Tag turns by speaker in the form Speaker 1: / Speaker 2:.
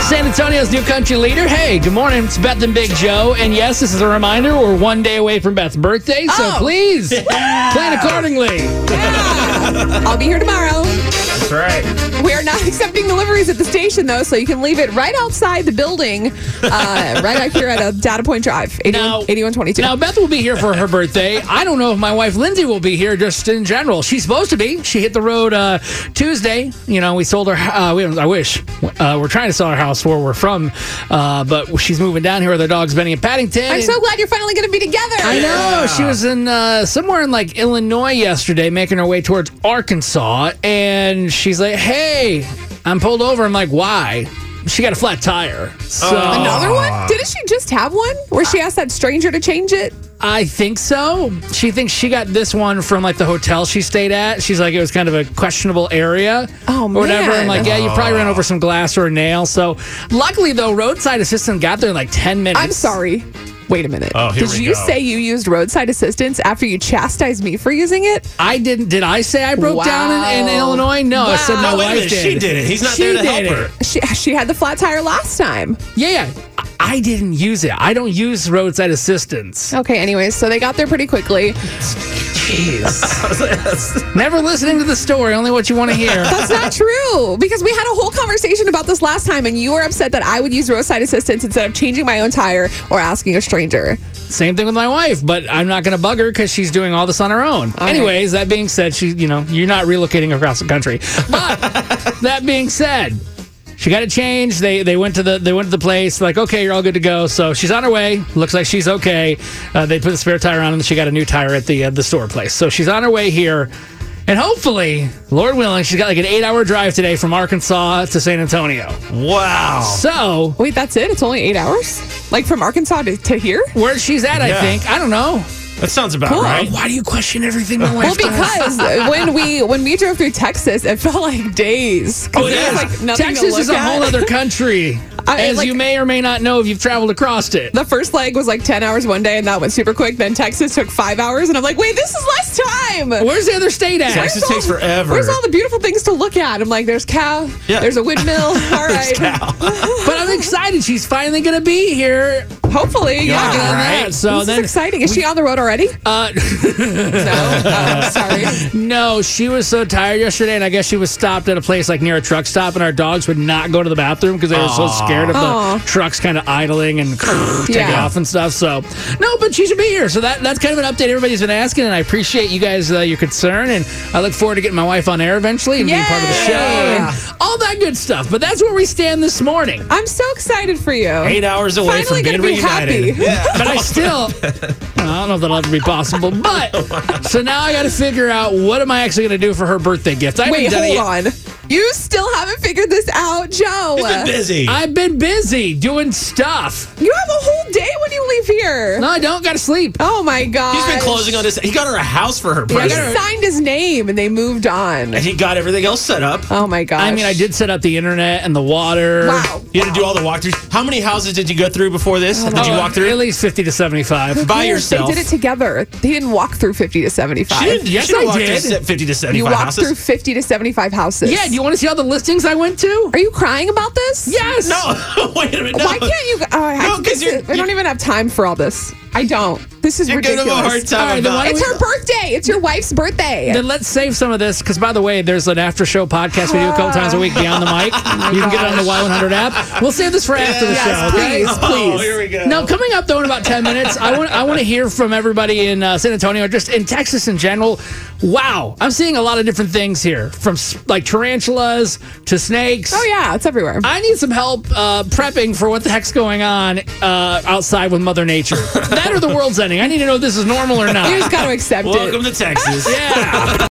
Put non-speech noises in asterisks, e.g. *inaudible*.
Speaker 1: San Antonio's new country leader. Hey, good morning. It's Beth and Big Joe. And yes, this is a reminder we're one day away from Beth's birthday, so
Speaker 2: Oh. *laughs*
Speaker 1: please plan accordingly.
Speaker 2: I'll be here tomorrow.
Speaker 3: That's right.
Speaker 2: We are not *laughs* accepting deliveries at the station, though, so you can leave it right outside the building,
Speaker 3: *laughs*
Speaker 2: uh, right out here at a Data Point Drive, 81,
Speaker 1: Now-
Speaker 2: 8122.
Speaker 1: Now, Beth will be here for her birthday. I don't know if my wife Lindsay will be here just in general. She's supposed to be. She hit the road uh, Tuesday. You know, we sold her, uh, we, I wish, uh, we're trying to sell our house where we're from, uh, but she's moving down here with her dogs, Benny and Paddington.
Speaker 2: I'm so glad you're finally going to be together.
Speaker 1: I know she was in uh, somewhere in like Illinois yesterday, making her way towards Arkansas, and she's like, "Hey, I'm pulled over." I'm like, "Why?" She got a flat tire, so
Speaker 3: Oh.
Speaker 2: Another one? Didn't she just have one where she asked that stranger to change it?
Speaker 1: I think so. She thinks she got this one from like the hotel she stayed at. She's like, it was kind of a questionable area,
Speaker 2: Oh,
Speaker 1: or whatever.
Speaker 2: man.
Speaker 1: I'm like, yeah, you probably ran over some glass or a nail. So, luckily though, roadside assistant got there in like ten minutes.
Speaker 2: I'm sorry. Wait a minute.
Speaker 3: Oh, here
Speaker 2: Did
Speaker 3: we
Speaker 2: you
Speaker 3: go.
Speaker 2: say you used roadside assistance after you chastised me for using it?
Speaker 1: I didn't. Did I say I broke down in, in
Speaker 2: Wow.
Speaker 1: Illinois? No, I said my
Speaker 2: Wow.
Speaker 3: Oh, wait a
Speaker 1: wife
Speaker 3: minute.
Speaker 1: did.
Speaker 3: She did it. He's not
Speaker 1: She
Speaker 3: there to
Speaker 1: did
Speaker 3: help
Speaker 1: it.
Speaker 3: her.
Speaker 2: She, she had the flat tire last time.
Speaker 1: Yeah, yeah. I- I didn't use it. I don't use roadside assistance.
Speaker 2: Okay, anyways, so they got there pretty quickly.
Speaker 1: Jeez. Never listening to the story, only what you want to hear.
Speaker 2: That's not true because we had a whole conversation about this last time, and you were upset that I would use roadside assistance instead of changing my own tire or asking a stranger.
Speaker 1: Same thing with my wife, but I'm not going to bug her because she's doing all this on her own.
Speaker 2: right.
Speaker 1: Anyways, that being said, she, you know, you're not relocating across the country. But that being said, she got it changed. They they went to the they went to the place. Like, okay, you're all good to go. So she's on her way. Looks like she's okay. Uh, they put the spare tire on, and she got a new tire at the uh, the store place. So she's on her way here, and hopefully, Lord willing, she's got like an eight hour drive today from Arkansas to San Antonio.
Speaker 3: Wow.
Speaker 1: So
Speaker 2: Wait, that's it? It's only eight hours? Like from Arkansas to, to here?
Speaker 1: where she's at, I
Speaker 3: Yeah.
Speaker 1: think I don't know.
Speaker 3: That sounds about
Speaker 2: Cool.
Speaker 3: right.
Speaker 1: Why do you question everything my wife
Speaker 2: Well,
Speaker 1: does?
Speaker 2: because when we when we drove through Texas, it felt like days. 'Cause
Speaker 3: Oh, it
Speaker 2: there was,
Speaker 3: is.
Speaker 2: like, nothing to
Speaker 1: Texas is
Speaker 2: look
Speaker 1: a whole
Speaker 2: at. *laughs*
Speaker 1: other country,
Speaker 2: I-
Speaker 1: as
Speaker 2: like-
Speaker 1: you may or may not know if you've traveled across it.
Speaker 2: The first leg was like 10 hours one day, and that went super quick. Then Texas took five hours, and I'm like, wait, this is less time.
Speaker 1: Where's the other state at?
Speaker 3: Texas
Speaker 2: all-
Speaker 3: takes forever.
Speaker 2: Where's all the beautiful things to look at? I'm like, there's cow,
Speaker 3: Yeah.
Speaker 2: there's a windmill. All right.
Speaker 1: But I'm excited. She's finally going to be here.
Speaker 2: Hopefully, yeah.
Speaker 1: Working on that. So
Speaker 2: this
Speaker 1: then,
Speaker 2: is exciting. Is she on the road
Speaker 3: *laughs*
Speaker 2: already? Oh,
Speaker 1: uh,
Speaker 2: no. Oh, sorry.
Speaker 1: no, she was so tired yesterday, and I guess she was stopped at a place like near a truck stop, and our dogs would not go to the bathroom because they were so scared of the
Speaker 2: Aw.
Speaker 1: trucks kind of idling and *laughs* taking
Speaker 2: Yeah.
Speaker 1: off and stuff. So, no, but she should be here. So that that's kind of an update everybody's been asking, and I appreciate you guys uh, your concern, and I look forward to getting my wife on air eventually and being part of the show,
Speaker 2: Yay.
Speaker 1: and all that good stuff. But that's where we stand this morning.
Speaker 2: I'm so excited for you.
Speaker 3: Eight hours away
Speaker 2: Finally
Speaker 3: from
Speaker 2: gonna
Speaker 3: being
Speaker 2: be
Speaker 3: reunited.
Speaker 2: happy.
Speaker 1: *laughs* but I still, I don't know if that'll ever be possible. But so now I got to figure out what am I actually going to do for her birthday gift. I
Speaker 2: Wait,
Speaker 1: haven't done it
Speaker 2: hold
Speaker 1: yet.
Speaker 2: on. You still haven't figured this out, Joe.
Speaker 3: He's been busy.
Speaker 1: I've been busy doing stuff.
Speaker 2: You have a whole day when you leave here.
Speaker 1: No, I don't. Got to sleep.
Speaker 2: Oh my god.
Speaker 3: He's been closing on this. He got her a house for her
Speaker 2: He
Speaker 3: birthday.
Speaker 2: signed his name and they moved on.
Speaker 3: and he got everything else set up.
Speaker 2: Oh my god.
Speaker 1: I mean, I did set up the internet and the water.
Speaker 2: Wow.
Speaker 3: You had to do all the walkthroughs. How many houses did you go through before this? did you
Speaker 1: Oh,
Speaker 3: walk through?
Speaker 1: at least fifty to seventy-five?
Speaker 3: By
Speaker 2: Yes,
Speaker 3: yourself.
Speaker 2: They did it together. They didn't walk through 50 to 75.
Speaker 3: She didn't- you
Speaker 1: Yes,
Speaker 3: should've
Speaker 1: I
Speaker 3: walked
Speaker 1: did.
Speaker 3: through se- 50 to 75
Speaker 2: you walked
Speaker 3: houses.
Speaker 2: through 50 to 75 houses.
Speaker 1: Yeah. Do you want to see all the listings I went to?
Speaker 2: Are you crying about this?
Speaker 1: Yes.
Speaker 3: *laughs* no, *laughs* wait a minute. No.
Speaker 2: Why can't you? Uh, I,
Speaker 3: No, 'cause
Speaker 2: this is-
Speaker 3: you're-
Speaker 2: I don't even have time for all this. I don't. This is
Speaker 3: You're gonna
Speaker 2: ridiculous.
Speaker 3: have a hard
Speaker 1: All
Speaker 3: time
Speaker 1: right, then
Speaker 3: about
Speaker 1: why
Speaker 3: it.
Speaker 2: It's her birthday. It's your wife's birthday.
Speaker 1: Then let's save some of this because, by the way, there's an after show podcast we do a couple times a week beyond the
Speaker 2: *laughs* Oh
Speaker 1: mic. you can get it on the Y100 app. We'll save this for after the
Speaker 3: Yes,
Speaker 1: show. okay?
Speaker 2: please,
Speaker 3: Oh,
Speaker 2: please.
Speaker 3: here we go.
Speaker 1: Now, coming up though in about ten minutes, I want I want to hear from everybody in uh, San Antonio, just in Texas in general. Wow, I'm seeing a lot of different things here, from s- like tarantulas to snakes.
Speaker 2: oh yeah, it's everywhere.
Speaker 1: I need some help uh, prepping for what the heck's going on uh, outside with Mother Nature.
Speaker 2: *laughs*
Speaker 1: that or the world's ending. I need to know if this is normal or
Speaker 2: you
Speaker 3: *laughs*
Speaker 1: not.
Speaker 2: just got to accept it.
Speaker 3: Welcome to Texas.
Speaker 1: Yeah.